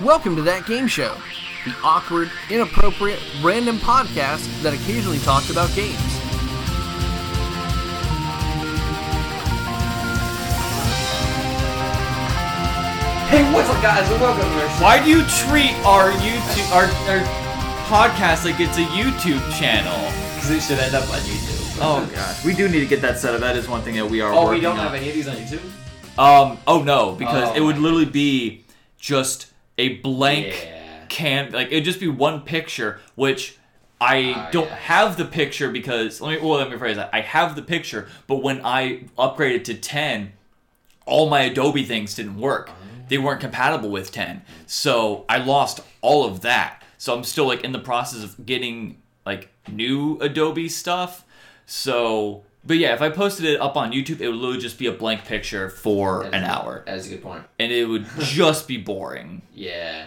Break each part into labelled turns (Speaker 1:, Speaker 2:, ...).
Speaker 1: Welcome to That Game Show, the awkward, inappropriate, random podcast that occasionally talks about games.
Speaker 2: Hey, what's up, guys? And welcome to our
Speaker 3: Why do you treat our YouTube our, our podcast like it's a YouTube channel?
Speaker 2: Because it should end up on YouTube.
Speaker 3: Oh gosh, we do need to get that set up. That is one thing that we are.
Speaker 2: Oh,
Speaker 3: working
Speaker 2: we don't
Speaker 3: on.
Speaker 2: have any of these on YouTube?
Speaker 3: Um. Oh no, because
Speaker 2: Oh.
Speaker 3: it would literally be just a blank
Speaker 2: Yeah.
Speaker 3: can. Like it'd just be one picture, which I
Speaker 2: Oh,
Speaker 3: don't
Speaker 2: yeah.
Speaker 3: have the picture because let me. Well, let me phrase that. I have the picture, but when I upgraded to ten, all my Adobe things didn't work. They weren't compatible with 10. So I lost all of that. So I'm still like in the process of getting like new Adobe stuff. So but yeah, if I posted it up on YouTube, it would literally just be a blank picture for an hour.
Speaker 2: That's a good point.
Speaker 3: And it would just be boring.
Speaker 2: Yeah.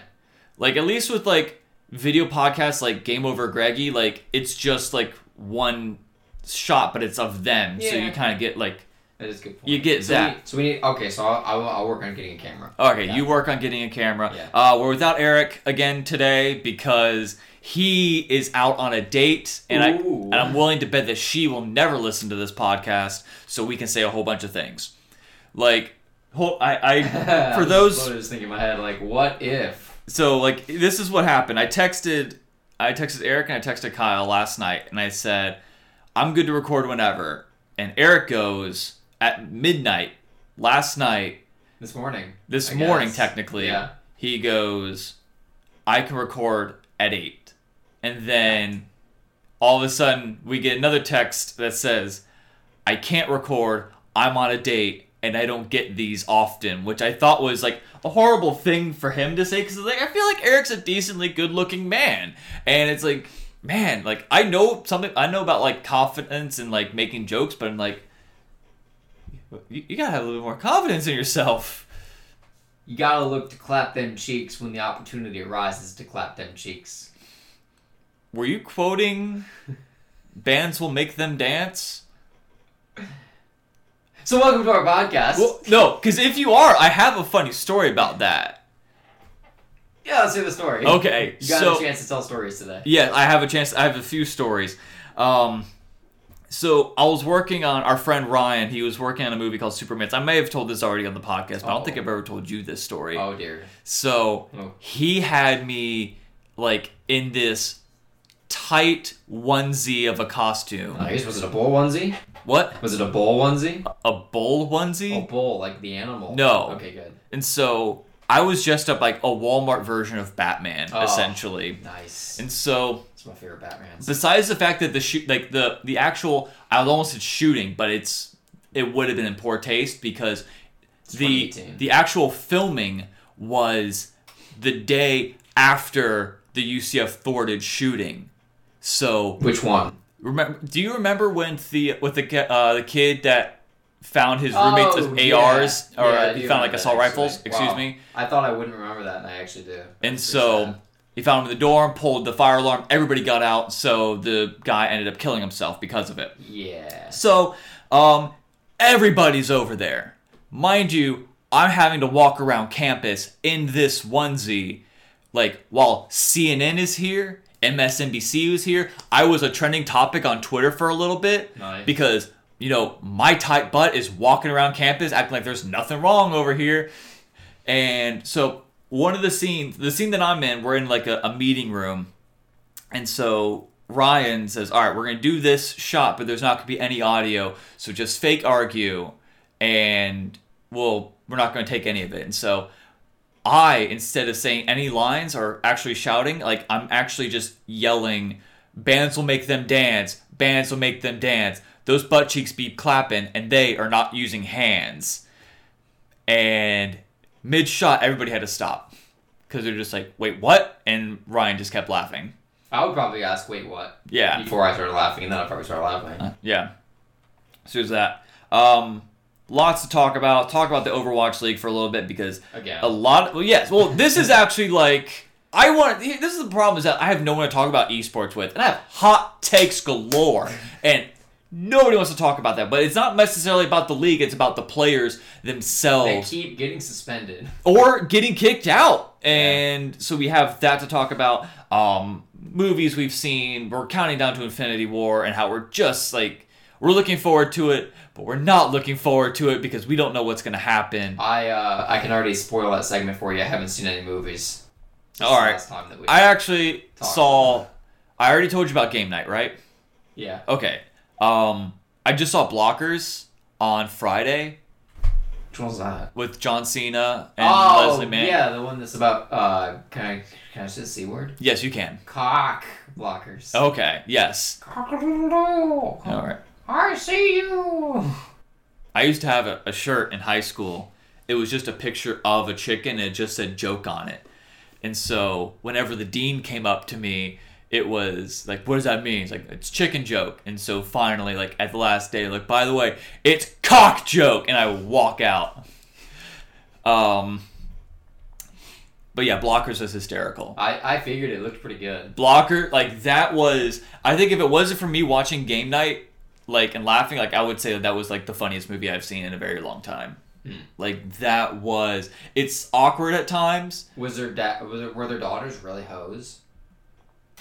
Speaker 3: Like at least with like video podcasts like Game Over Greggy, like it's just like one shot, but it's of them. So
Speaker 2: Yeah.
Speaker 3: you kinda get like
Speaker 2: That is a good point.
Speaker 3: You get
Speaker 2: so
Speaker 3: that.
Speaker 2: We, so we need. Okay, so I'll, I'll, I'll work on getting a camera.
Speaker 3: Okay,
Speaker 2: Yeah.
Speaker 3: you work on getting a camera.
Speaker 2: Yeah.
Speaker 3: Uh, we're without Eric again today because he is out on a date, and I
Speaker 2: Ooh.
Speaker 3: and I'm willing to bet that she will never listen to this podcast, so we can say a whole bunch of things, like. Whole, I, I for
Speaker 2: I
Speaker 3: those
Speaker 2: was thinking in my head, like, what if?
Speaker 3: so like this is what happened. I texted I texted Eric and I texted Kyle last night and I said, I'm good to record whenever. And Eric goes at midnight last night
Speaker 2: This morning.
Speaker 3: this
Speaker 2: I
Speaker 3: morning
Speaker 2: guess.
Speaker 3: technically
Speaker 2: Yeah.
Speaker 3: he goes i can record at 8 and then all of a sudden we get another text that says i can't record i'm on a date and i don't get these often which i thought was like a horrible thing for him to say because like i feel like eric's a decently good looking man and it's like man like i know something i know about like confidence and like making jokes but i'm like you, you gotta have a little more confidence in yourself
Speaker 2: You gotta look to clap them cheeks when the opportunity arises to clap them cheeks.
Speaker 3: Were you quoting bands will make them dance?
Speaker 2: So welcome to our podcast.
Speaker 3: Well, no, because if you are, I have a funny story about that.
Speaker 2: yeah, let's hear the story.
Speaker 3: Okay,
Speaker 2: You got
Speaker 3: so
Speaker 2: a chance to tell stories today.
Speaker 3: yeah, I have a chance. I have a few stories. Um, so I was working on our friend Ryan. He was working on a movie called Superman's. I may have told this already on the podcast, but I
Speaker 2: Oh.
Speaker 3: don't think I've ever told you this story.
Speaker 2: Oh dear.
Speaker 3: So
Speaker 2: Oh.
Speaker 3: he had me like in this tight onesie of a costume.
Speaker 2: Nice. Was it a bowl onesie?
Speaker 3: What?
Speaker 2: Was it a bowl onesie?
Speaker 3: A bowl onesie?
Speaker 2: A bull, like the animal.
Speaker 3: No.
Speaker 2: Okay, good.
Speaker 3: And so I was dressed up like a Walmart version of Batman,
Speaker 2: Oh.
Speaker 3: essentially.
Speaker 2: Nice.
Speaker 3: And so,
Speaker 2: It's my favorite Batman.
Speaker 3: besides the fact that the shoot, like the the actual, I almost said shooting, but it's it would have been in poor taste because the
Speaker 2: 2018.
Speaker 3: the actual filming was the day after the UCF thwarted shooting. So
Speaker 2: Which one?
Speaker 3: remember, do you remember when the with the ki- uh, the kid that found his roommates
Speaker 2: Oh,
Speaker 3: as
Speaker 2: yeah.
Speaker 3: ARs or
Speaker 2: Yeah, I do
Speaker 3: he found like
Speaker 2: remember
Speaker 3: assault
Speaker 2: that,
Speaker 3: rifles?
Speaker 2: actually.
Speaker 3: Excuse
Speaker 2: Wow.
Speaker 3: me.
Speaker 2: I thought I wouldn't remember that, and I actually do.
Speaker 3: And
Speaker 2: That's
Speaker 3: so
Speaker 2: pretty
Speaker 3: he found him in the dorm, pulled the fire alarm, everybody got out, so the guy ended up killing himself because of it.
Speaker 2: sad. yeah.
Speaker 3: So, um, everybody's over there. Mind you, I'm having to walk around campus in this onesie, like while CNN is here, MSNBC was here. I was a trending topic on Twitter for a little bit
Speaker 2: Nice.
Speaker 3: because you know my tight butt is walking around campus acting like there's nothing wrong over here, and so one of the scenes, the scene that I'm in, we're in like a, a meeting room, and so Ryan says, "All right, we're gonna do this shot, but there's not gonna be any audio, so just fake argue, and we'll we're not gonna take any of it." And so I, instead of saying any lines or actually shouting, like I'm actually just yelling, "Bands will make them dance. Bands will make them dance. Those butt cheeks be clapping, and they are not using hands." And mid shot, everybody had to stop because they're just like, "Wait, what?" And Ryan just kept laughing.
Speaker 2: I would probably ask, wait, what?
Speaker 3: Yeah. Uh,
Speaker 2: Before I started laughing, and then I probably started laughing.
Speaker 3: Yeah. So there's that. Um, lots to talk about. Talk about the Overwatch League for a little bit because
Speaker 2: Again.
Speaker 3: a lot. well, yes. Well, this is actually like I want. This is the problem is that I have no one to talk about esports with, and I have hot takes galore, and nobody wants to talk about that. But it's not necessarily about the league; it's about the players
Speaker 2: they
Speaker 3: themselves
Speaker 2: keep getting suspended.
Speaker 3: or getting kicked out. And so we have that to talk about. Um, movies we've seen. We're counting down to Infinity War and how we're just like we're looking forward to it, but we're not looking forward to it because we don't know what's gonna happen.
Speaker 2: I uh, I can already spoil that segment for you. I haven't seen any movies. This is the
Speaker 3: All right.
Speaker 2: last time that we-
Speaker 3: I actually
Speaker 2: Talk.
Speaker 3: saw. I already told you about game night, right?
Speaker 2: yeah.
Speaker 3: Okay. Um, I just saw Blockers on Friday
Speaker 2: Which one's that?
Speaker 3: with John Cena and
Speaker 2: oh,
Speaker 3: Leslie Mann.
Speaker 2: yeah, the one that's about uh, can I can I say the c word?
Speaker 3: Yes, you can.
Speaker 2: Cock blockers.
Speaker 3: Okay. Yes.
Speaker 2: Cock-a-doodle-doo.
Speaker 3: All right.
Speaker 2: I see you.
Speaker 3: I used to have a, a shirt in high school. It was just a picture of a chicken and it just said joke on it. And so whenever the dean came up to me, it was like, what does that mean? It's like, it's chicken joke. And so finally, like at the last day, like, by the way, it's cock joke. And I walk out. Um, but yeah, Blockers was hysterical.
Speaker 2: I I figured it looked pretty good.
Speaker 3: Blocker, like that was, I think if it wasn't for me watching game night, like and laughing, like I would say that that was like the funniest movie I've seen in a very long time. Like that was, it's awkward at times.
Speaker 2: Was their da- was there, were their daughters really hoes?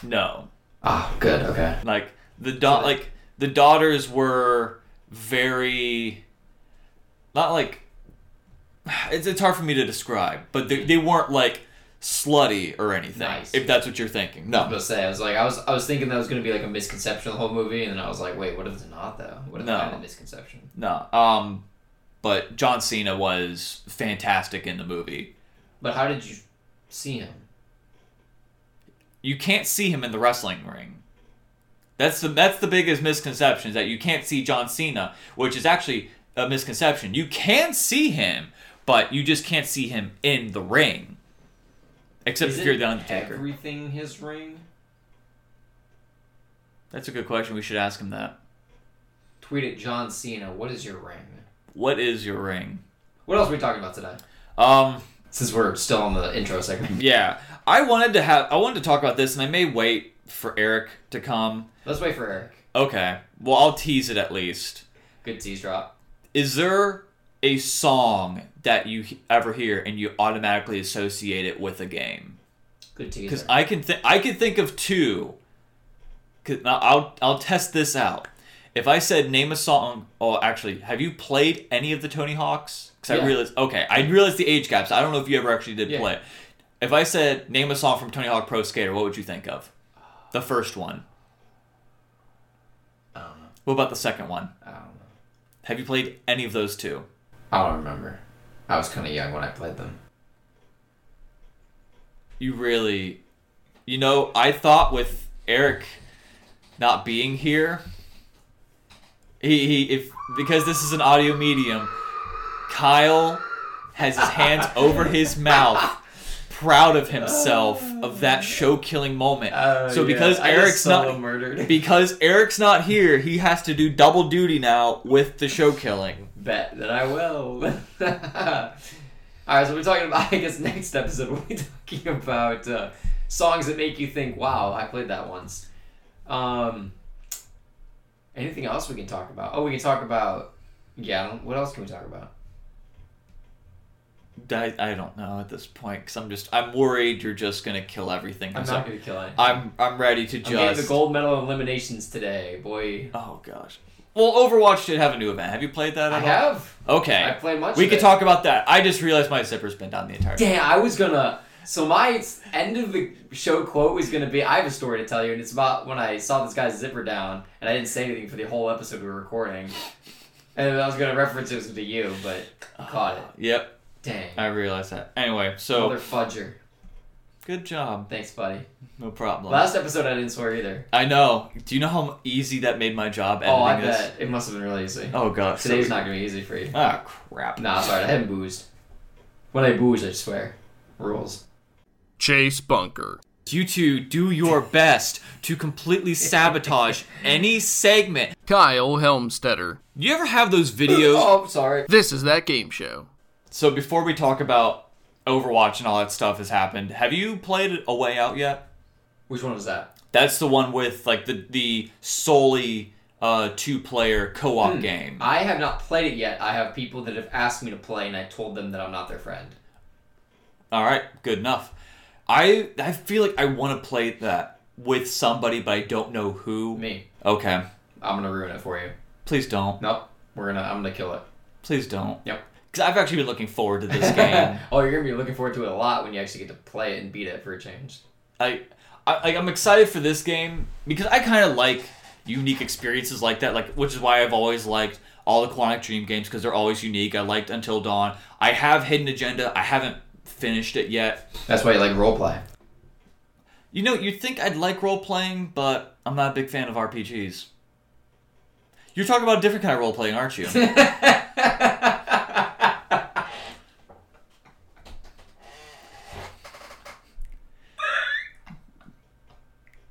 Speaker 3: No, Ah,
Speaker 2: Oh, good. Okay.
Speaker 3: like the da- like the daughters were very, not like, it's it's hard for me to describe, but they they weren't like slutty or anything.
Speaker 2: Nice.
Speaker 3: If that's what you're thinking,
Speaker 2: I was
Speaker 3: no,
Speaker 2: gonna say I was like I was I was thinking that was gonna be like a misconception of the whole movie, and then I was like, wait, what if it's not though? What if
Speaker 3: No.
Speaker 2: it's a misconception?
Speaker 3: no. Um, but John Cena was fantastic in the movie.
Speaker 2: But how did you see him?
Speaker 3: you can't see him in the wrestling ring. That's the that's the biggest misconception is that you can't see John Cena, which is actually a misconception. You can see him, but you just can't see him in the ring. Except if you're the Undertaker.
Speaker 2: Everything his ring.
Speaker 3: that's a good question. We should ask him that.
Speaker 2: Tweet at John Cena. What is your ring?
Speaker 3: What is your ring?
Speaker 2: What else are we talking about today?
Speaker 3: Um
Speaker 2: Since we're still on the intro segment,
Speaker 3: yeah. I wanted to have I wanted to talk about this and I may wait for Eric to come.
Speaker 2: let's wait for Eric.
Speaker 3: Okay. Well, I'll tease it at least.
Speaker 2: Good tease drop.
Speaker 3: is there a song that you he- ever hear and you automatically associate it with a game?
Speaker 2: Good
Speaker 3: Because
Speaker 2: teaser.
Speaker 3: I can think I can think of two. Cause now I'll I'll test this out. If I said name a song, oh actually, have you played any of the Tony Hawks? Because
Speaker 2: Yeah.
Speaker 3: I realized okay, I realized the age gaps. I don't know if you ever actually did
Speaker 2: Yeah.
Speaker 3: play it. If I said name a song from Tony Hawk Pro Skater, what would you think of? The first one.
Speaker 2: I don't know.
Speaker 3: What about the second one?
Speaker 2: I don't know.
Speaker 3: Have you played any of those two?
Speaker 2: I don't remember. I was kind of young when I played them.
Speaker 3: you really you know i thought with eric not being here he, he if because this is an audio medium kyle has his hands over his mouth proud of himself of that show killing moment
Speaker 2: oh,
Speaker 3: so because eric's not
Speaker 2: murdered.
Speaker 3: because eric's not here he has to do double duty now with the show killing
Speaker 2: Bet that I will. Alright, so we're talking about, I guess, next episode, we'll be talking about uh, songs that make you think, wow, I played that once. Um, anything else we can talk about? Oh, we can talk about, yeah, I don't- what else can we talk about?
Speaker 3: I, I don't know at this point because i'm just i'm worried you're just gonna kill everything
Speaker 2: I'm
Speaker 3: so-
Speaker 2: not going to kill it. I'm
Speaker 3: I'm I'm ready to just.
Speaker 2: getting the gold medal in eliminations today, boy.
Speaker 3: Oh gosh. Well, Overwatch did have a new event. Have you played that? At
Speaker 2: I
Speaker 3: all?
Speaker 2: have.
Speaker 3: Okay.
Speaker 2: I played much
Speaker 3: we
Speaker 2: of
Speaker 3: could
Speaker 2: it.
Speaker 3: talk about that. I just realized my zipper's been down the entire.
Speaker 2: Damn, I was gonna. So my s- end of the show quote was gonna be, "I have a story to tell you," and it's about when I saw this guy's zipper down, and I didn't say anything for the whole episode we were recording, and I was gonna reference it to you, but I caught it.
Speaker 3: Yep,
Speaker 2: Dang,
Speaker 3: I realized that. Anyway, so
Speaker 2: mother fudger.
Speaker 3: good job.
Speaker 2: Thanks, buddy.
Speaker 3: No problem.
Speaker 2: Last episode I didn't swear either.
Speaker 3: I know. Do you know how easy that made my job editing
Speaker 2: Oh, I
Speaker 3: this?
Speaker 2: bet it must have been really easy.
Speaker 3: Oh gosh.
Speaker 2: Today's not gonna be easy for you.
Speaker 3: Ah crap.
Speaker 2: Nah, sorry, I haven't boozed. When I booze, I swear. Rules.
Speaker 1: Chase Bunker.
Speaker 3: You two do your best to completely sabotage any segment.
Speaker 1: Kyle Helmstetter.
Speaker 3: You ever have those videos?
Speaker 2: Oh, I'm sorry.
Speaker 1: This is that game show.
Speaker 3: So before we talk about Overwatch and all that stuff has happened, have you played A Way Out yet?
Speaker 2: Which one was that?
Speaker 3: That's the one with like the the solely uh, two player co op game.
Speaker 2: I have not played it yet. I have people that have asked me to play, and I told them that I'm not their friend.
Speaker 3: all right, good enough. I I feel like I want to play that with somebody, but I don't know who.
Speaker 2: Me.
Speaker 3: Okay,
Speaker 2: I'm gonna ruin it for you.
Speaker 3: please don't.
Speaker 2: Nope. We're gonna. I'm gonna kill it.
Speaker 3: Please don't.
Speaker 2: Yep.
Speaker 3: Because I've actually been looking forward to this game.
Speaker 2: oh, you're gonna be looking forward to it a lot when you actually get to play it and beat it for a change.
Speaker 3: I, I like, I'm excited for this game because I kind of like unique experiences like that. Like, which is why I've always liked all the Quantic Dream games because they're always unique. I liked Until Dawn. I have Hidden Agenda. I haven't finished it yet.
Speaker 2: That's why you like roleplay.
Speaker 3: You know, you'd think I'd like role playing, but I'm not a big fan of RPGs. You're talking about a different kind of role playing, aren't you?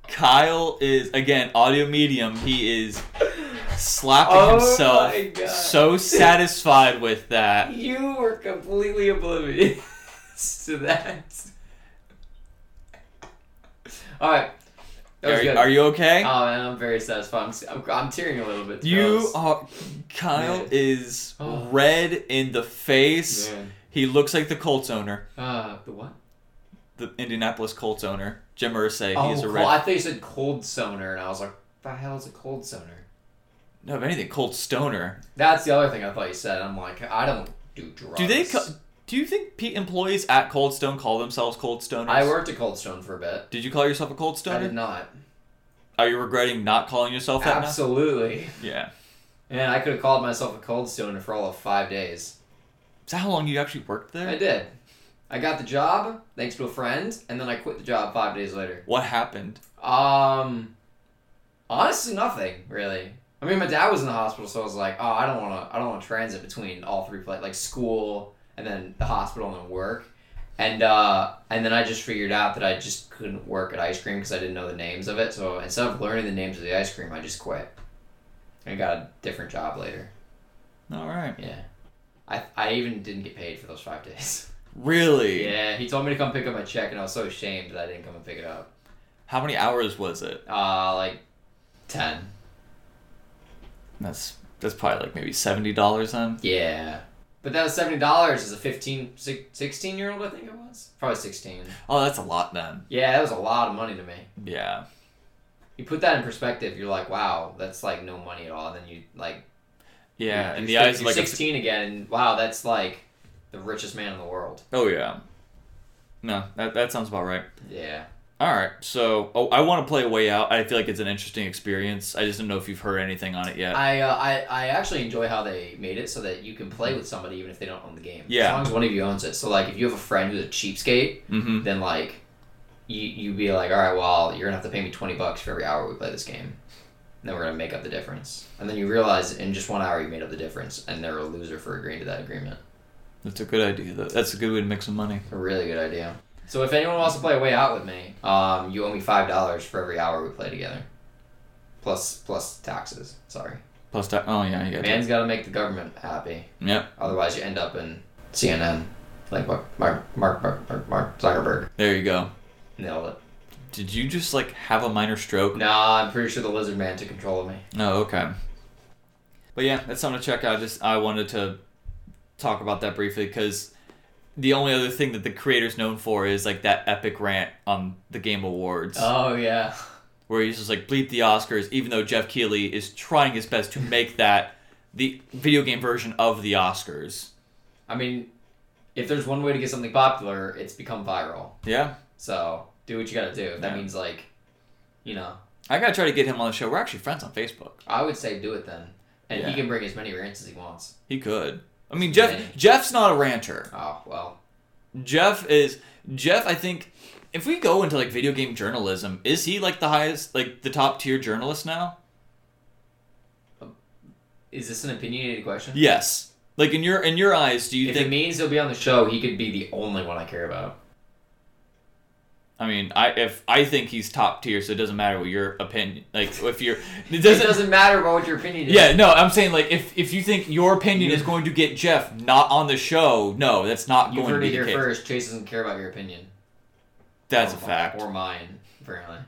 Speaker 3: Kyle is again audio medium. He is slapping
Speaker 2: Oh my God.
Speaker 3: himself, so satisfied with that.
Speaker 2: You were completely oblivious to that. All right. That was
Speaker 3: Are,
Speaker 2: good.
Speaker 3: are you okay?
Speaker 2: Oh man, I'm very satisfied. I'm, s- I'm, I'm tearing a little bit. to be
Speaker 3: you
Speaker 2: honest.
Speaker 3: are. Kyle
Speaker 2: Man.
Speaker 3: is
Speaker 2: Oh.
Speaker 3: red in the face.
Speaker 2: Man.
Speaker 3: He looks like the Colts owner,
Speaker 2: Uh, the what?
Speaker 3: the Indianapolis Colts owner, Jim Irsay.
Speaker 2: oh,
Speaker 3: he is a
Speaker 2: cold-
Speaker 3: red.
Speaker 2: I thought you said cold sonar, and I was like, the hell is a cold sonar?
Speaker 3: no, if anything, Colts stoner.
Speaker 2: That's the other thing I thought you said. I'm like, I don't do drugs.
Speaker 3: Do they? Co- do you think P- employees at Cold Stone call themselves Cold Stoners?
Speaker 2: I worked at Cold Stone for a bit.
Speaker 3: Did you call yourself a
Speaker 2: I
Speaker 3: Cold
Speaker 2: did
Speaker 3: Stoner?
Speaker 2: not.
Speaker 3: Are you regretting not calling yourself that? now?
Speaker 2: Absolutely.
Speaker 3: Yeah.
Speaker 2: Man, I could have called myself a cold stoner for all of five days.
Speaker 3: Is that how long you actually worked there?
Speaker 2: I did. I got the job thanks to a friend, and then I quit the job five days later.
Speaker 3: What happened?
Speaker 2: Um, honestly, nothing really. I mean, my dad was in the hospital, so I was like, oh, I don't want to. I don't want to transit between all three places, like school and then the hospital and then work. And uh, and then I just figured out that I just couldn't work at ice cream because I didn't know the names of it. So instead of learning the names of the ice cream, I just quit. And I got a different job later.
Speaker 3: All right.
Speaker 2: Yeah. I, I even didn't get paid for those five days.
Speaker 3: Really?
Speaker 2: Yeah, he told me to come pick up my check, and I was so ashamed that I didn't come and pick it up.
Speaker 3: How many hours was it?
Speaker 2: Uh, like 10.
Speaker 3: That's that's probably like maybe seventy dollars then.
Speaker 2: Yeah. But that was $70 as a 15, six- 16 year old, I think it was. Probably 16.
Speaker 3: Oh, that's a lot then.
Speaker 2: Yeah, that was a lot of money to me.
Speaker 3: Yeah.
Speaker 2: You put that in perspective, you're like, wow, that's like no money at all. And then you, like,
Speaker 3: Yeah.
Speaker 2: you're,
Speaker 3: In the
Speaker 2: you're
Speaker 3: eyes of
Speaker 2: you're
Speaker 3: like a
Speaker 2: 16 again, and wow, that's like the richest man in the world.
Speaker 3: Oh yeah. No, that, that sounds about right.
Speaker 2: Yeah.
Speaker 3: All right, so oh, I want to play Way Out. I feel like it's an interesting experience. I just don't know if you've heard anything on it yet.
Speaker 2: I, uh, I I actually enjoy how they made it so that you can play with somebody even if they don't own the game.
Speaker 3: Yeah.
Speaker 2: As long as one of you owns it. So like if you have a friend who's a cheapskate,
Speaker 3: mm-hmm.
Speaker 2: then like you you be like, all right, well you're gonna have to pay me twenty bucks for every hour we play this game. And then we're gonna make up the difference. And then you realize in just one hour you made up the difference, and they're a loser for agreeing to that agreement.
Speaker 3: That's a good idea. Though. That's a good way to make some money.
Speaker 2: A really good idea. So if anyone wants to play a way out with me, um, you owe me five dollars for every hour we play together, plus plus taxes. Sorry,
Speaker 3: Plus, that, oh yeah, you got
Speaker 2: man's got to make the government happy.
Speaker 3: that. Yep,
Speaker 2: Otherwise, you end up in CNN, like Mark Mark Mark Mark, Mark, Mark Zuckerberg.
Speaker 3: there you go.
Speaker 2: Nailed it.
Speaker 3: Did you just like have a minor stroke?
Speaker 2: Nah, I'm pretty sure the lizard man took control of me.
Speaker 3: No, okay. But yeah, that's something to check out. Just I wanted to talk about that briefly because the only other thing that the creator's known for is like that epic rant on the Game Awards.
Speaker 2: Oh yeah.
Speaker 3: where he's just like bleep the Oscars, even though Jeff Keighley is trying his best to make that the video game version of the Oscars.
Speaker 2: I mean, if there's one way to get something popular, it's become viral.
Speaker 3: Yeah,
Speaker 2: So do what you gotta do. That
Speaker 3: Yeah.
Speaker 2: means like, you know,
Speaker 3: I gotta try to get him on the show. We're actually friends on Facebook.
Speaker 2: I would say do it then, and he
Speaker 3: Yeah.
Speaker 2: can bring as many rants as he wants.
Speaker 3: He could. I mean, Jeff.
Speaker 2: Yeah.
Speaker 3: Jeff's not a ranter.
Speaker 2: Oh well.
Speaker 3: Jeff is Jeff. I think if we go into like video game journalism, is he like the highest, like the top tier journalist now?
Speaker 2: Is this an opinionated question?
Speaker 3: Yes. Like in your in your eyes, do you
Speaker 2: if
Speaker 3: think?
Speaker 2: it means he'll be on the show, he could be the only one I care about.
Speaker 3: I mean, I if I think he's top tier, so it doesn't matter what your opinion. Like if you're, it
Speaker 2: It
Speaker 3: doesn't
Speaker 2: doesn't matter about what your opinion is.
Speaker 3: Yeah, no, I'm saying like if if you think your opinion is going to get Jeff not on the show, no, that's not
Speaker 2: You've
Speaker 3: going to
Speaker 2: heard
Speaker 3: be
Speaker 2: it
Speaker 3: the
Speaker 2: here
Speaker 3: case.
Speaker 2: first. Oh, Chase doesn't care about your opinion.
Speaker 3: That's a
Speaker 2: Or-
Speaker 3: fact.
Speaker 2: Or mine, apparently.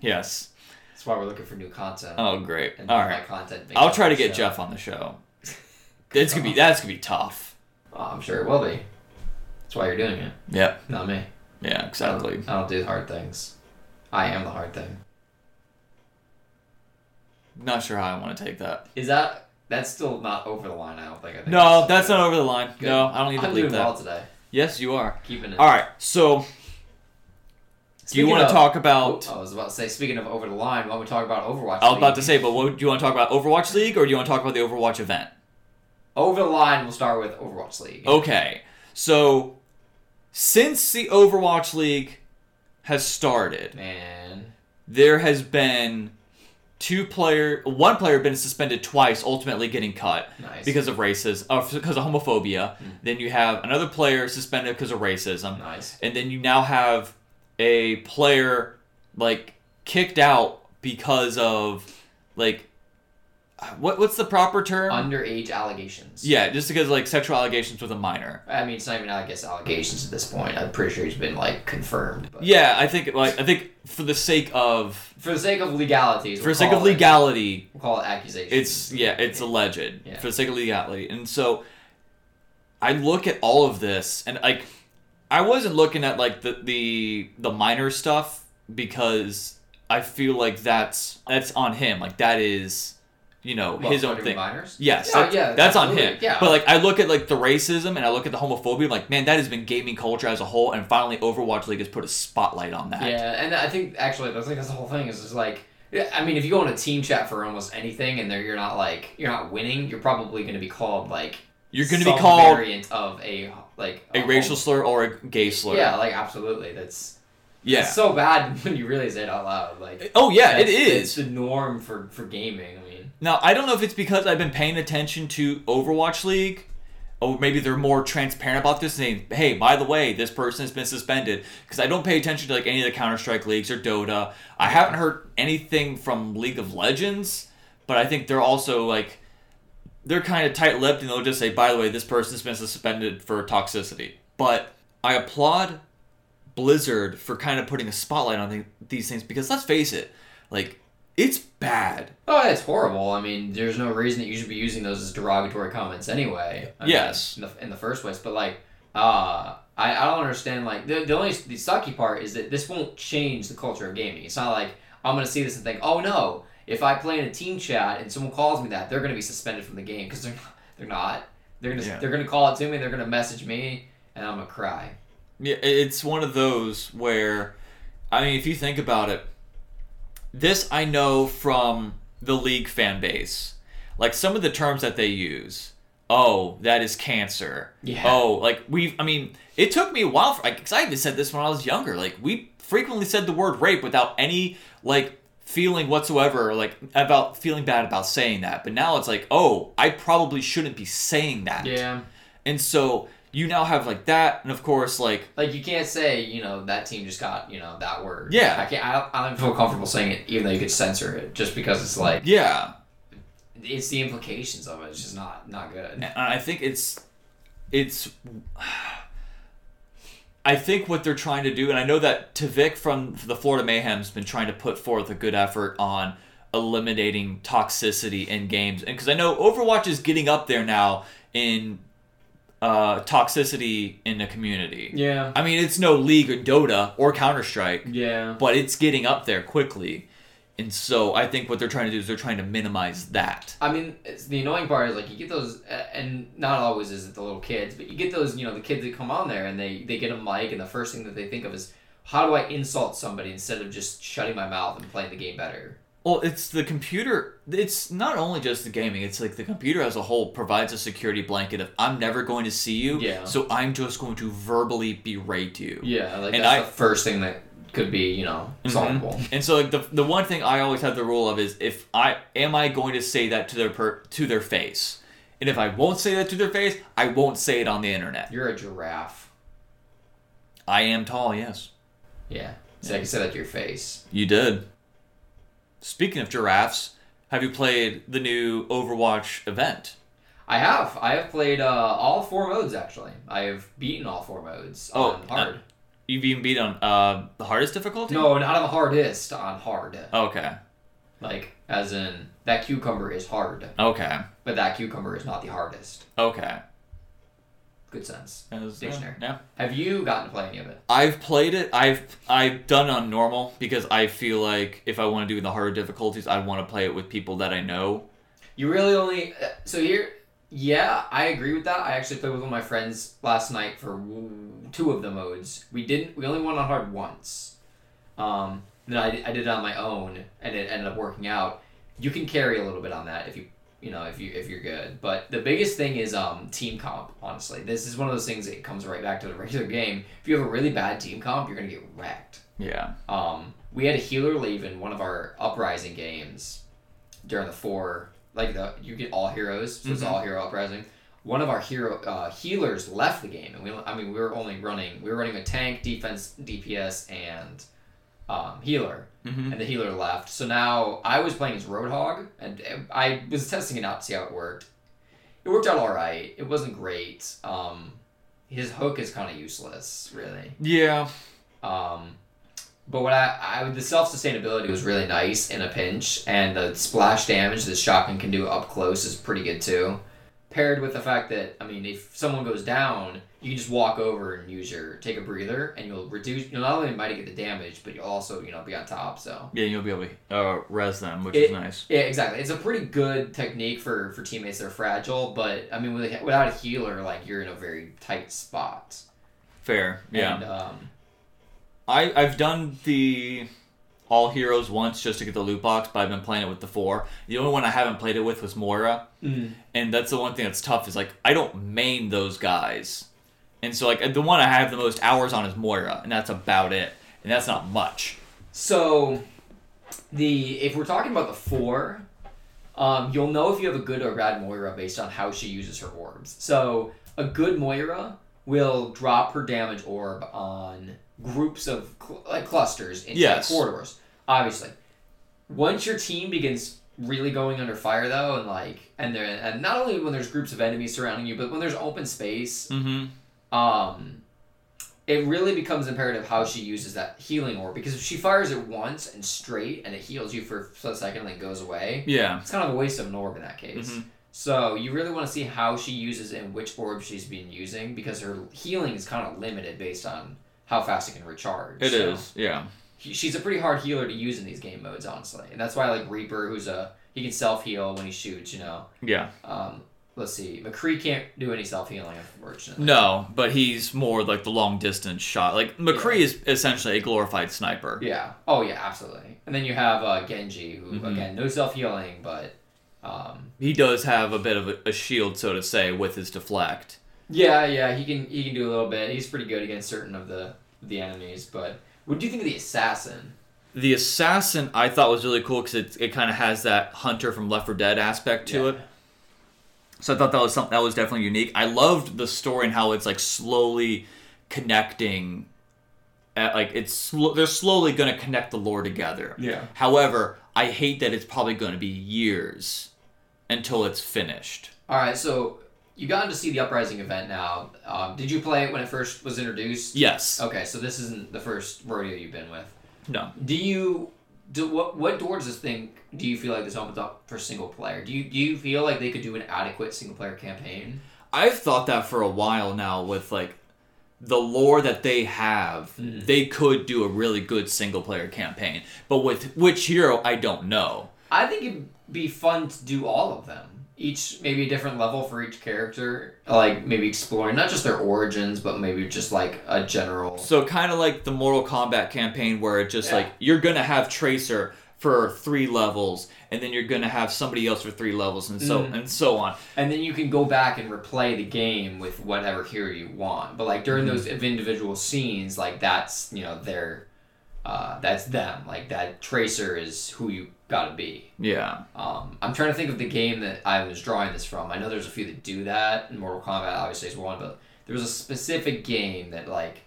Speaker 3: Yes.
Speaker 2: That's why we're looking for new content.
Speaker 3: Oh, great.
Speaker 2: and
Speaker 3: All
Speaker 2: that
Speaker 3: right,
Speaker 2: Content makes
Speaker 3: I'll
Speaker 2: up
Speaker 3: try to
Speaker 2: the
Speaker 3: get
Speaker 2: show.
Speaker 3: Jeff on the show. It's gonna be that's gonna be tough.
Speaker 2: Oh, I'm sure it will be. That's That's why you're doing it,
Speaker 3: Yep.
Speaker 2: not me.
Speaker 3: Yeah, exactly.
Speaker 2: I don't do hard things. I am the hard thing. Oh.
Speaker 3: Not sure how I want to take that.
Speaker 2: Is that that's still not over the line? I don't think. I think
Speaker 3: No, that's not over the line.
Speaker 2: Good.
Speaker 3: No, I don't need to
Speaker 2: I'm
Speaker 3: believe
Speaker 2: doing
Speaker 3: that.
Speaker 2: well today.
Speaker 3: Yes, you are.
Speaker 2: Keeping it.
Speaker 3: All right. So, do you
Speaker 2: Speaking
Speaker 3: want to
Speaker 2: of-
Speaker 3: talk
Speaker 2: Oh,
Speaker 3: about?
Speaker 2: I was about to say. Speaking of over the line, why don't we talk about Overwatch?
Speaker 3: I was about to
Speaker 2: League?
Speaker 3: say, but what do you want to talk about? Overwatch League, or do you want to talk about the Overwatch event?
Speaker 2: Over the line. We'll start with Overwatch League.
Speaker 3: Okay. So, since the Overwatch League has started,
Speaker 2: Man,
Speaker 3: there has been two player, one player been suspended twice, ultimately getting cut.
Speaker 2: nice. Hmm.
Speaker 3: because of racism, uh, because of homophobia. Then you have another player suspended because of racism,
Speaker 2: nice.
Speaker 3: and then you now have a player like kicked out because of like uh, what what's the proper term?
Speaker 2: Underage allegations.
Speaker 3: yeah, just because like sexual allegations with a minor.
Speaker 2: I mean, it's not even I guess allegations at this point. I'm pretty sure he's been like confirmed. But
Speaker 3: Yeah, I think like I think for the sake of
Speaker 2: For the sake of legalities.
Speaker 3: for
Speaker 2: we'll
Speaker 3: the sake of
Speaker 2: call it-
Speaker 3: legality,
Speaker 2: we'll call it accusations.
Speaker 3: It's yeah, it's alleged
Speaker 2: Yeah.
Speaker 3: for the sake of legality. And so I look at all of this and like I wasn't looking at like the the the minor stuff because I feel like that's that's on him. Like that is you know
Speaker 2: Well,
Speaker 3: his own
Speaker 2: under
Speaker 3: thing.
Speaker 2: Minors.
Speaker 3: Yes,
Speaker 2: Yeah,
Speaker 3: that-
Speaker 2: yeah,
Speaker 3: that's on
Speaker 2: absolutely,
Speaker 3: him.
Speaker 2: yeah.
Speaker 3: But like I look at like the racism and I look at the homophobia. Like man, that has been gaming culture as a whole, and finally Overwatch League has put a spotlight on that.
Speaker 2: Yeah, and I think actually, I think that's the whole thing. Is just like, yeah, I mean, if you go on a team chat for almost anything, and there you're not like you're not winning, you're probably going to be called like
Speaker 3: You're going to
Speaker 2: some
Speaker 3: be called
Speaker 2: variant of a like
Speaker 3: a racial slur or a gay slur.
Speaker 2: Oh. Yeah, like absolutely. That's
Speaker 3: yeah.
Speaker 2: it's so bad when you really say it out loud. Like
Speaker 3: Oh yeah, it
Speaker 2: that's-
Speaker 3: is.
Speaker 2: that's the norm for for gaming. I mean,
Speaker 3: Now, I don't know if it's because I've been paying attention to Overwatch League, or maybe they're more transparent about this. And they, hey, by the way, this person has been suspended because I don't pay attention to like any of the Counter Strike leagues or Dota. I haven't heard anything from League of Legends, but I think they're also like they're kind of tight-lipped and they'll just say, by the way, this person's been suspended for toxicity. But I applaud Blizzard for kind of putting a spotlight on the- these things because let's face it, like it's bad.
Speaker 2: oh, it's horrible. I mean, there's no reason that you should be using those as derogatory comments anyway. I mean,
Speaker 3: Yes.
Speaker 2: in the, in the first place, but like, uh, I, I don't understand. Like, the, the only the sucky part is that this won't change the culture of gaming. It's not like I'm gonna see this and think, oh no, if I play in a team chat and someone calls me that, they're gonna be suspended from the game because they're not, they're not. They're gonna
Speaker 3: Yeah.
Speaker 2: they're gonna call it to me. They're gonna message me, and I'm gonna cry.
Speaker 3: Yeah, i- it's one of those where, I mean, if you think about it, this I know from the league fan base. Like some of the terms that they use. Oh, that is cancer.
Speaker 2: Yeah.
Speaker 3: Oh, like we've. I mean, it took me a while. For, like, 'cause I even said this when I was younger. Like we frequently said the word rape without any like feeling whatsoever, or, like about feeling bad about saying that. But now it's like, oh, I probably shouldn't be saying that.
Speaker 2: Yeah.
Speaker 3: And so you now have like that, and of course, like
Speaker 2: Like you can't say, you know, that team just got, you know, that word.
Speaker 3: Yeah.
Speaker 2: I can't. I don't, I don't feel comfortable saying it, even though you could censor it, just because it's like
Speaker 3: Yeah,
Speaker 2: it's the implications of it. It's just not not good.
Speaker 3: and I think it's it's. I think what they're trying to do, and I know that Tavik from the Florida Mayhem's been trying to put forth a good effort on eliminating toxicity in games, and because I know Overwatch is getting up there now in uh, toxicity in the community.
Speaker 2: Yeah.
Speaker 3: I mean, it's no League or Dota or Counter Strike,
Speaker 2: Yeah.
Speaker 3: but it's getting up there quickly, and so I think what they're trying to do is they're trying to minimize that.
Speaker 2: I mean, it's, the annoying part is like you get those, a- and not always is it the little kids, but you get those, you know, the kids that come on there and they they get a mic, and the first thing that they think of is how do I insult somebody instead of just shutting my mouth and playing the game better.
Speaker 3: Well, it's the computer. It's not only just the gaming. It's like the computer as a whole provides a security blanket of I'm never going to see you,
Speaker 2: Yeah.
Speaker 3: so I'm just going to verbally berate you.
Speaker 2: Yeah, like
Speaker 3: And
Speaker 2: that's
Speaker 3: I-
Speaker 2: the first thing that could be, you know, solvable.
Speaker 3: And so, like the the one thing I always have the rule of is if I am I going to say that to their per, to their face, and if I won't say that to their face, I won't say it on the internet.
Speaker 2: You're a giraffe.
Speaker 3: I am tall. Yes,
Speaker 2: Yeah. So I can say that to your face.
Speaker 3: you did. Speaking of giraffes, have you played the new Overwatch event?
Speaker 2: I have. I have played uh, all four modes actually. I have beaten all four modes
Speaker 3: Oh,
Speaker 2: on hard.
Speaker 3: You've even beat on uh, the hardest difficulty.
Speaker 2: no, not on the hardest. On hard.
Speaker 3: Okay.
Speaker 2: Like as in that cucumber is hard,
Speaker 3: Okay.
Speaker 2: but that cucumber is not the hardest.
Speaker 3: Okay.
Speaker 2: Good sense.
Speaker 3: It was-
Speaker 2: Dictionary.
Speaker 3: Yeah.
Speaker 2: Have you gotten to play any of it?
Speaker 3: I've played it. I've I've done on normal because I feel like if I want to do the harder difficulties, I want to play it with people that I know.
Speaker 2: You really only. uh, So here, yeah, I agree with that. I actually played with one of my friends last night for w- two of the modes. We didn't. We only went on hard once. Um, then I, I did it on my own, and it ended up working out. You can carry a little bit on that if you you know if you if you're good. But the biggest thing is um team comp. Honestly, this is one of those things that comes right back to the regular game. If you have a really bad team comp, you're gonna get wrecked.
Speaker 3: Yeah.
Speaker 2: Um, we had a healer leave in one of our uprising games during the four. Like the you get all heroes, so it's all hero uprising. One of our hero uh, healers left the game, and we I mean we were only running we were running a tank, defense, DPS, and um, healer,
Speaker 3: Mhm.
Speaker 2: and the healer left. So now I was playing as Roadhog, and I was testing it out to see how it worked. It worked out all right. It wasn't great. Um, his hook is kind of useless, really.
Speaker 3: Yeah.
Speaker 2: Um, but what I, I the self sustainability was really nice in a pinch, and the splash damage that shotgun can do up close is pretty good too. Paired with the fact that I mean, if someone goes down, you can just walk over and use your take a breather, and you'll reduce. You'll not only might get the damage, but you'll also you know be on top. So
Speaker 3: Yeah, you'll be able to uh, res them, which is
Speaker 2: It-
Speaker 3: nice.
Speaker 2: yeah, exactly. It's a pretty good technique for for teammates that are fragile, but I mean, with, without a healer, like you're in a very tight spot.
Speaker 3: Fair. Yeah.
Speaker 2: And, um,
Speaker 3: I I've done the all heroes once just to get the loot box, but I've been playing it with the four. The only one I haven't played it with was Moira, and that's the one thing that's tough is like I don't main those guys, and so like the one I have the most hours on is Moira, and that's about it, and that's not much.
Speaker 2: So, the if we're talking about the four, um, you'll know if you have a good or bad Moira based on how she uses her orbs. So, a good Moira will drop her damage orb on groups of cl- like clusters in
Speaker 3: Yes.
Speaker 2: corridors. Obviously, once your team begins really going under fire though, and like and there and not only when there's groups of enemies surrounding you, but when there's open space,
Speaker 3: Mm-hmm.
Speaker 2: um, it really becomes imperative how she uses that healing orb because if she fires it once and straight and it heals you for a second and then goes away,
Speaker 3: Yeah.
Speaker 2: it's kind of a waste of an orb in that case.
Speaker 3: Mhm.
Speaker 2: So you really want to see how she uses it and which orb she's been using because her healing is kind of limited based on how fast it can recharge.
Speaker 3: It is.
Speaker 2: so
Speaker 3: Yeah.
Speaker 2: he- she's a pretty hard healer to use in these game modes, honestly, and that's why like Reaper, who's a he can self heal when he shoots, you know.
Speaker 3: Yeah.
Speaker 2: Um, let's see, McCree can't do any self healing, unfortunately.
Speaker 3: No, but he's more like the long distance shot. Like McCree is essentially a glorified sniper.
Speaker 2: Yeah. Oh yeah, absolutely. And then you have uh, Genji, who
Speaker 3: Mhm.
Speaker 2: again no self healing, but um,
Speaker 3: He does have a bit of a, a shield, so to say, with his deflect.
Speaker 2: yeah, yeah, he can he can do a little bit. He's pretty good against certain of the the enemies. But what do you think of the assassin?
Speaker 3: The assassin I thought was really cool because it, it kind of has that hunter from Left 4 Dead aspect to
Speaker 2: Yeah.
Speaker 3: it. So I thought that was something that was definitely unique. I loved the story and how it's like slowly connecting. At, like it's sl- they're slowly going to connect the lore together.
Speaker 2: Yeah.
Speaker 3: However, I hate that it's probably going to be years until it's finished.
Speaker 2: All right, so you got to see the uprising event now. Um, did you play it when it first was introduced?
Speaker 3: Yes.
Speaker 2: Okay, so this isn't the first rodeo you've been with.
Speaker 3: No.
Speaker 2: Do you do what? What door does this thing? Do you feel like this opens up for single player? Do you do you feel like they could do an adequate single player campaign?
Speaker 3: I've thought that for a while now with like the lore that they have,
Speaker 2: Mm-hmm.
Speaker 3: they could do a really good single player campaign. But with which hero, I don't know.
Speaker 2: I think it'd be fun to do all of them. Each maybe a different level for each character, like maybe exploring not just their origins, but maybe just like a general.
Speaker 3: So kind of like the Mortal Kombat campaign where it just
Speaker 2: Yeah.
Speaker 3: like you're going to have Tracer for 3 levels and then you're going to have somebody else for 3 levels and so
Speaker 2: Mm.
Speaker 3: and so on.
Speaker 2: And then you can go back and replay the game with whatever hero you want. But like during those individual scenes, like that's you know their, uh, that's them. Like that tracer is who you gotta be.
Speaker 3: Yeah.
Speaker 2: Um, I'm trying to think of the game that I was drawing this from. I know there's a few that do that, and Mortal Kombat obviously is one, but there was a specific game that like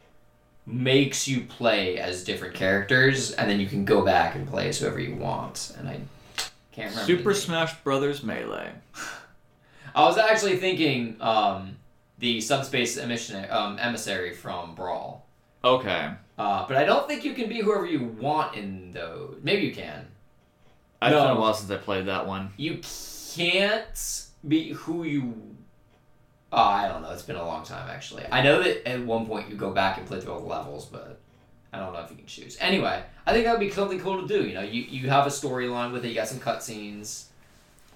Speaker 2: makes you play as different characters, and then you can go back and play as whoever you want. And I can't remember.
Speaker 3: Super
Speaker 2: the name.
Speaker 3: Smash Brothers Melee.
Speaker 2: I was actually thinking um, the subspace emission um, emissary from Brawl,
Speaker 3: Okay.
Speaker 2: uh, but I don't think you can be whoever you want in those. Maybe you can.
Speaker 3: I've
Speaker 2: No.
Speaker 3: been a while since I played that one.
Speaker 2: You can't be who you Oh, I don't know. It's been a long time, actually. I know that at one point you go back and play through all the levels, but I don't know if you can choose. Anyway, I think that would be something cool to do. You know, you, you have a storyline with it, you got some cutscenes.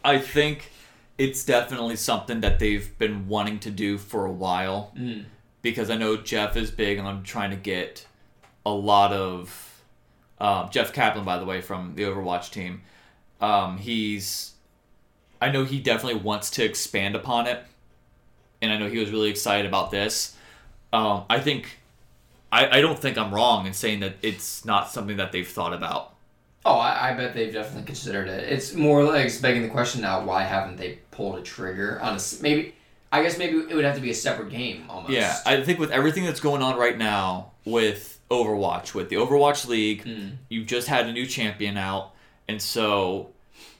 Speaker 3: I think it's definitely something that they've been wanting to do for a while
Speaker 2: Mm.
Speaker 3: because I know Jeff is big on trying to get a lot of um, Jeff Kaplan, by the way, from the Overwatch team. Um, he's I know he definitely wants to expand upon it, and I know he was really excited about this. Um, I think I, I don't think I'm wrong in saying that it's not something that they've thought about.
Speaker 2: Oh, I, I bet they've definitely considered it. It's more like it's begging the question now: Why haven't they pulled a trigger on a s- maybe? I guess maybe it would have to be a separate game almost.
Speaker 3: Yeah, I think with everything that's going on right now with Overwatch, with the Overwatch League,
Speaker 2: Mm.
Speaker 3: you've just had a new champion out, and so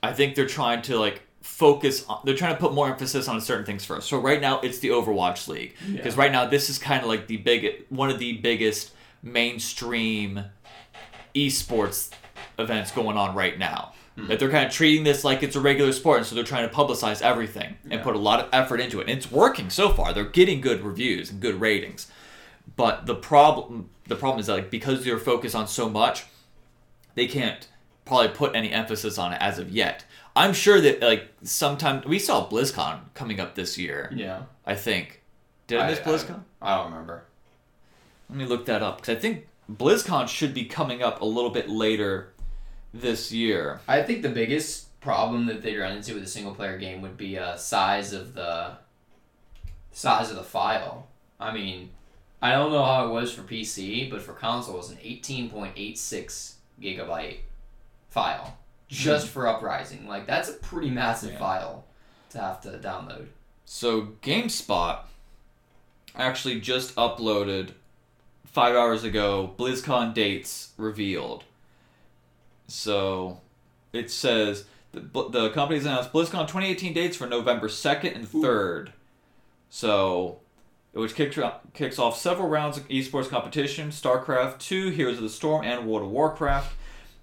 Speaker 3: I think they're trying to like focus. On, they're trying to put more emphasis on certain things first. So right now it's the Overwatch League because right now this is kind of like the big one of the biggest mainstream esports events going on right now. That they're kind of treating this like it's a regular sport, and so they're trying to publicize everything and put a lot of effort into it. And it's working so far. They're getting good reviews and good ratings. But the problem the problem is that like because they're focused on so much, they can't probably put any emphasis on it as of yet. I'm sure that like sometime we saw BlizzCon coming up this year.
Speaker 2: Yeah.
Speaker 3: I think. Did I miss BlizzCon?
Speaker 2: I, don't remember.
Speaker 3: Let me look that up because I think BlizzCon should be coming up a little bit later this year.
Speaker 2: I think the biggest problem that they run into with a single player game would be uh, size of the size of the file. I mean, I don't know how it was for PC, but for console, it was an eighteen point eight six gigabyte file just for Uprising. Like that's a pretty massive
Speaker 3: Yeah.
Speaker 2: file to have to download.
Speaker 3: So GameSpot actually just uploaded five hours ago BlizzCon dates revealed. So it says the, the company's announced BlizzCon 2018 dates for November 2nd and 3rd. So, which kicks, kicks off several rounds of esports competition StarCraft 2, Heroes of the Storm, and World of Warcraft.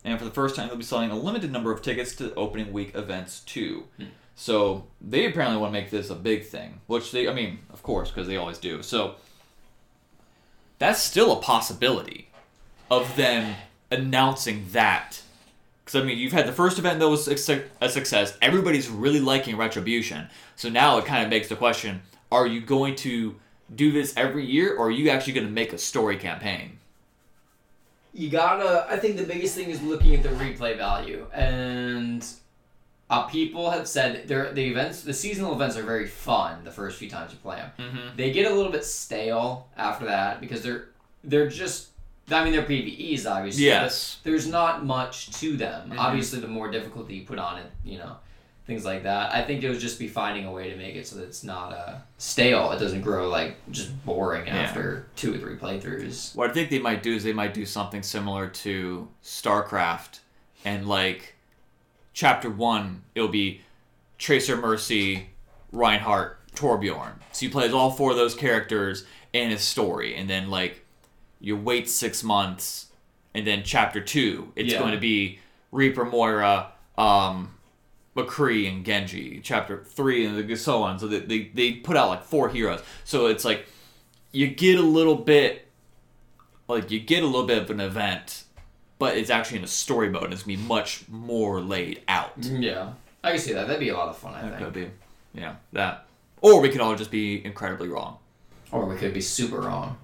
Speaker 3: And for the first time, they'll be selling a limited number of tickets to opening week events too. So they apparently want to make this a big thing, which they, I mean, of course, because they always do. So that's still a possibility of them announcing that. Because, I mean, you've had the first event that was suc- a success. Everybody's really liking Retribution. So now it kind of makes the question are you going to do this every year, or are you actually going to make a story campaign?
Speaker 2: you gotta i think the biggest thing is looking at the replay value and uh, people have said they're, the events the seasonal events are very fun the first few times you play them
Speaker 3: Mhm.
Speaker 2: they get a little bit stale after that because they're they're just i mean they're pves obviously but
Speaker 3: Yes.
Speaker 2: there's not much to them
Speaker 3: Mhm.
Speaker 2: obviously the more difficulty you put on it you know things like that i think it would just be finding a way to make it so that it's not uh, stale it doesn't grow like just boring
Speaker 3: Yeah.
Speaker 2: after two or three playthroughs
Speaker 3: What I think they might do is they might do something similar to StarCraft and like chapter one, it'll be Tracer Mercy, Reinhardt, Torbjorn. So you play as all four of those characters and a story, and then like you wait six months, and then chapter two, it's
Speaker 2: Yeah.
Speaker 3: going to be Reaper Moira, um, McCree and Genji, chapter three, and so on. So they, they, they put out like four heroes. So it's like you get a little bit, like you get a little bit of an event, but it's actually in a story mode. and It's gonna be much more laid out.
Speaker 2: Yeah, I can see that. That'd be a lot of fun, I
Speaker 3: That
Speaker 2: think.
Speaker 3: could be, yeah, that. Or we could all just be incredibly wrong.
Speaker 2: Or we could be super wrong.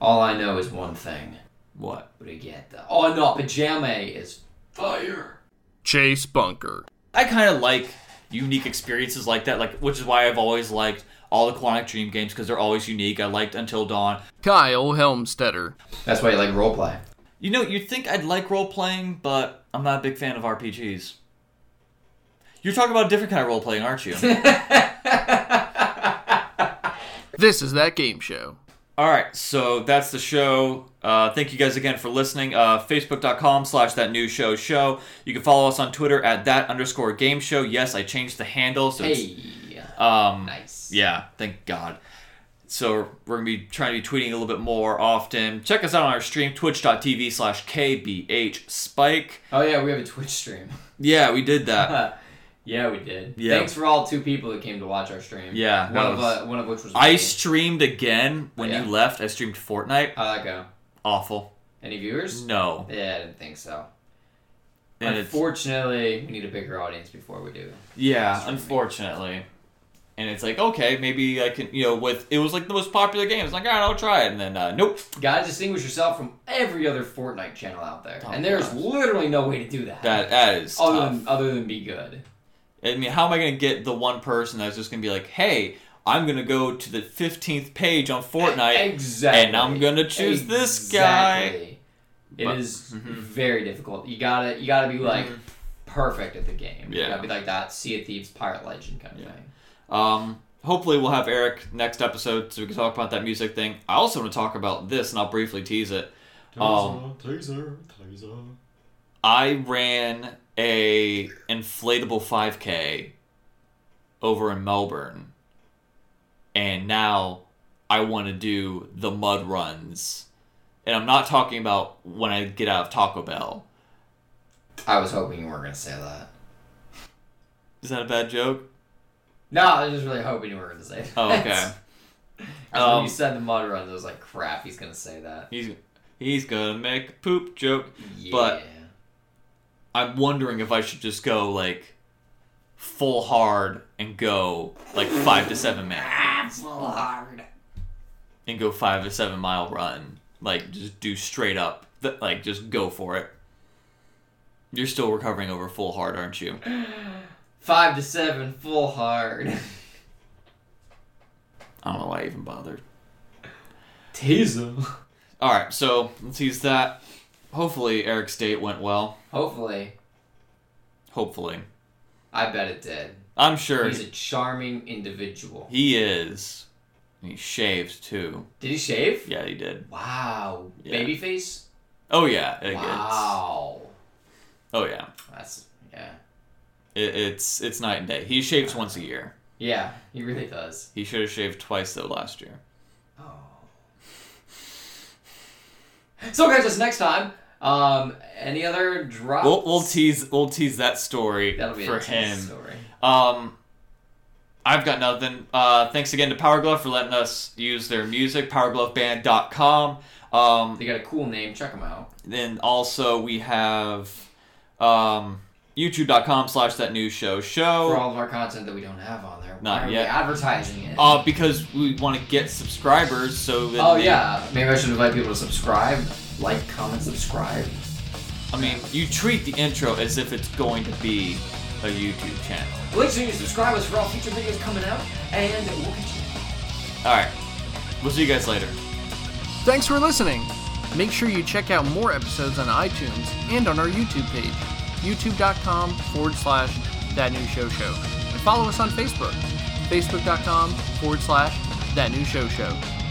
Speaker 2: All I know is one thing.
Speaker 3: What?
Speaker 2: What do you get? The- oh no, pajama is fire.
Speaker 1: Chase Bunker.
Speaker 3: I kind of like unique experiences like that, like which is why I've always liked all the Quantic Dream games because they're always unique. I liked Until Dawn.
Speaker 1: Kyle Helmstetter.
Speaker 2: That's why you like roleplay.
Speaker 3: You know, you'd think I'd like role playing, but I'm not a big fan of RPGs. You're talking about a different kind of role playing, aren't you?
Speaker 1: This is that game show.
Speaker 3: All right, so that's the show. Uh, thank you guys again for listening. Uh, Facebook.com slash that new show show. You can follow us on Twitter at that underscore game show. Yes, I changed the handle. So it's-
Speaker 2: Hey,
Speaker 3: um,
Speaker 2: nice.
Speaker 3: Yeah, thank God. So we're going to be trying to be tweeting a little bit more often. Check us out on our stream, twitch.tv slash KBH Spike.
Speaker 2: Oh yeah, we have a Twitch stream.
Speaker 3: Yeah, we did that.
Speaker 2: Yeah, we did.
Speaker 3: Yeah.
Speaker 2: Thanks for all two people that came to watch our stream.
Speaker 3: Yeah,
Speaker 2: One
Speaker 3: that
Speaker 2: of
Speaker 3: was-
Speaker 2: uh, one of which was
Speaker 3: I
Speaker 2: me.
Speaker 3: streamed again when
Speaker 2: Yeah.
Speaker 3: you left. I streamed Fortnite.
Speaker 2: How'd that go?
Speaker 3: Awful.
Speaker 2: Any viewers?
Speaker 3: No.
Speaker 2: Yeah, I didn't think so.
Speaker 3: Mm. And it's,
Speaker 2: Unfortunately, we need a bigger audience before we do.
Speaker 3: yeah, unfortunately. And it's like, okay, maybe I can, you know, with it was like the most popular game. It's like, all right, I'll try it. And then, uh, nope,
Speaker 2: Gotta distinguish yourself from every other Fortnite channel out there,
Speaker 3: Oh,
Speaker 2: and there's
Speaker 3: gosh.
Speaker 2: literally no way to do that.
Speaker 3: that that is
Speaker 2: other
Speaker 3: tough.
Speaker 2: than other than be good.
Speaker 3: I mean, how am I going to get the one person that's just going to be like, hey, I'm going to go to the 15th page on Fortnite?
Speaker 2: Exactly.
Speaker 3: And I'm gonna choose this guy.
Speaker 2: Exactly. It
Speaker 3: But-
Speaker 2: is
Speaker 3: Mhm.
Speaker 2: very difficult. You gotta you gotta be like
Speaker 3: Mhm.
Speaker 2: perfect at the game. You
Speaker 3: Yeah.
Speaker 2: gotta be like that Sea of Thieves Pirate Legend kind of
Speaker 3: Yeah.
Speaker 2: thing.
Speaker 3: Um, hopefully, we'll have Eric next episode so we can talk about that music thing. I also want to talk about this, and I'll briefly tease it. Um, I ran a inflatable 5K over in Melbourne, and now I want to do the mud runs. And I'm not talking about when I get out of Taco Bell.
Speaker 2: I was hoping you weren't gonna say that.
Speaker 3: Is that a bad joke?
Speaker 2: No, I was just really hoping you were gonna say that.
Speaker 3: Oh, okay.
Speaker 2: That's when
Speaker 3: Um,
Speaker 2: you said the mud runs, I was like, crap, he's gonna say that.
Speaker 3: He's he's gonna make a poop joke.
Speaker 2: Yeah.
Speaker 3: But- I'm wondering if I should just go like full hard and go like five to seven minutes
Speaker 2: That's a little hard.
Speaker 3: and go five to seven mile run. Like just do straight up. Th- Like just go for it. You're still recovering over full hard, aren't you?
Speaker 2: Five to seven, full hard.
Speaker 3: I don't know why I even bothered.
Speaker 2: Teaser.
Speaker 3: All right, so let's use that. Hopefully Eric's date went well.
Speaker 2: Hopefully.
Speaker 3: Hopefully,
Speaker 2: I bet it did.
Speaker 3: I'm sure
Speaker 2: He's a charming individual.
Speaker 3: he is. And he shaved too.
Speaker 2: Did he shave?
Speaker 3: Yeah, he did.
Speaker 2: Wow.
Speaker 3: Yeah.
Speaker 2: Babyface?
Speaker 3: Oh yeah, it gets.
Speaker 2: Wow.
Speaker 3: Oh yeah.
Speaker 2: That's yeah.
Speaker 3: It, it's it's night and day. He shaves once a year.
Speaker 2: Yeah, he really does.
Speaker 3: He should have shaved twice though last year.
Speaker 2: Oh. So guys, it's next time. Um any other drops?
Speaker 3: We'll, we'll tease we'll tease that story
Speaker 2: That'll be
Speaker 3: for
Speaker 2: a
Speaker 3: him.
Speaker 2: tease story.
Speaker 3: Um, I've got nothing. Uh, thanks again to Power Glove for letting us use their music. PowerGloveBand.com. Um,
Speaker 2: They got a cool name, check them out.
Speaker 3: then also we have um, YouTube.com slash that new show
Speaker 2: For
Speaker 3: show.
Speaker 2: all of our content that we don't have on there.
Speaker 3: Oh. Not
Speaker 2: why are
Speaker 3: yet.
Speaker 2: We advertising it.
Speaker 3: Uh, because we want to get subscribers, so that
Speaker 2: oh
Speaker 3: they-
Speaker 2: yeah. Maybe I should invite people to subscribe. Like, comment, subscribe.
Speaker 3: I mean, you treat the intro as if it's going to be a YouTube channel.
Speaker 2: Make sure you subscribe us for all future videos coming out and we'll catch you.
Speaker 3: All right. We'll see you guys later.
Speaker 1: Thanks for listening. Make sure you check out more episodes on iTunes and on our YouTube page, youtube.com forward slash that new show show. And follow us on Facebook, facebook.com forward slash that new show show.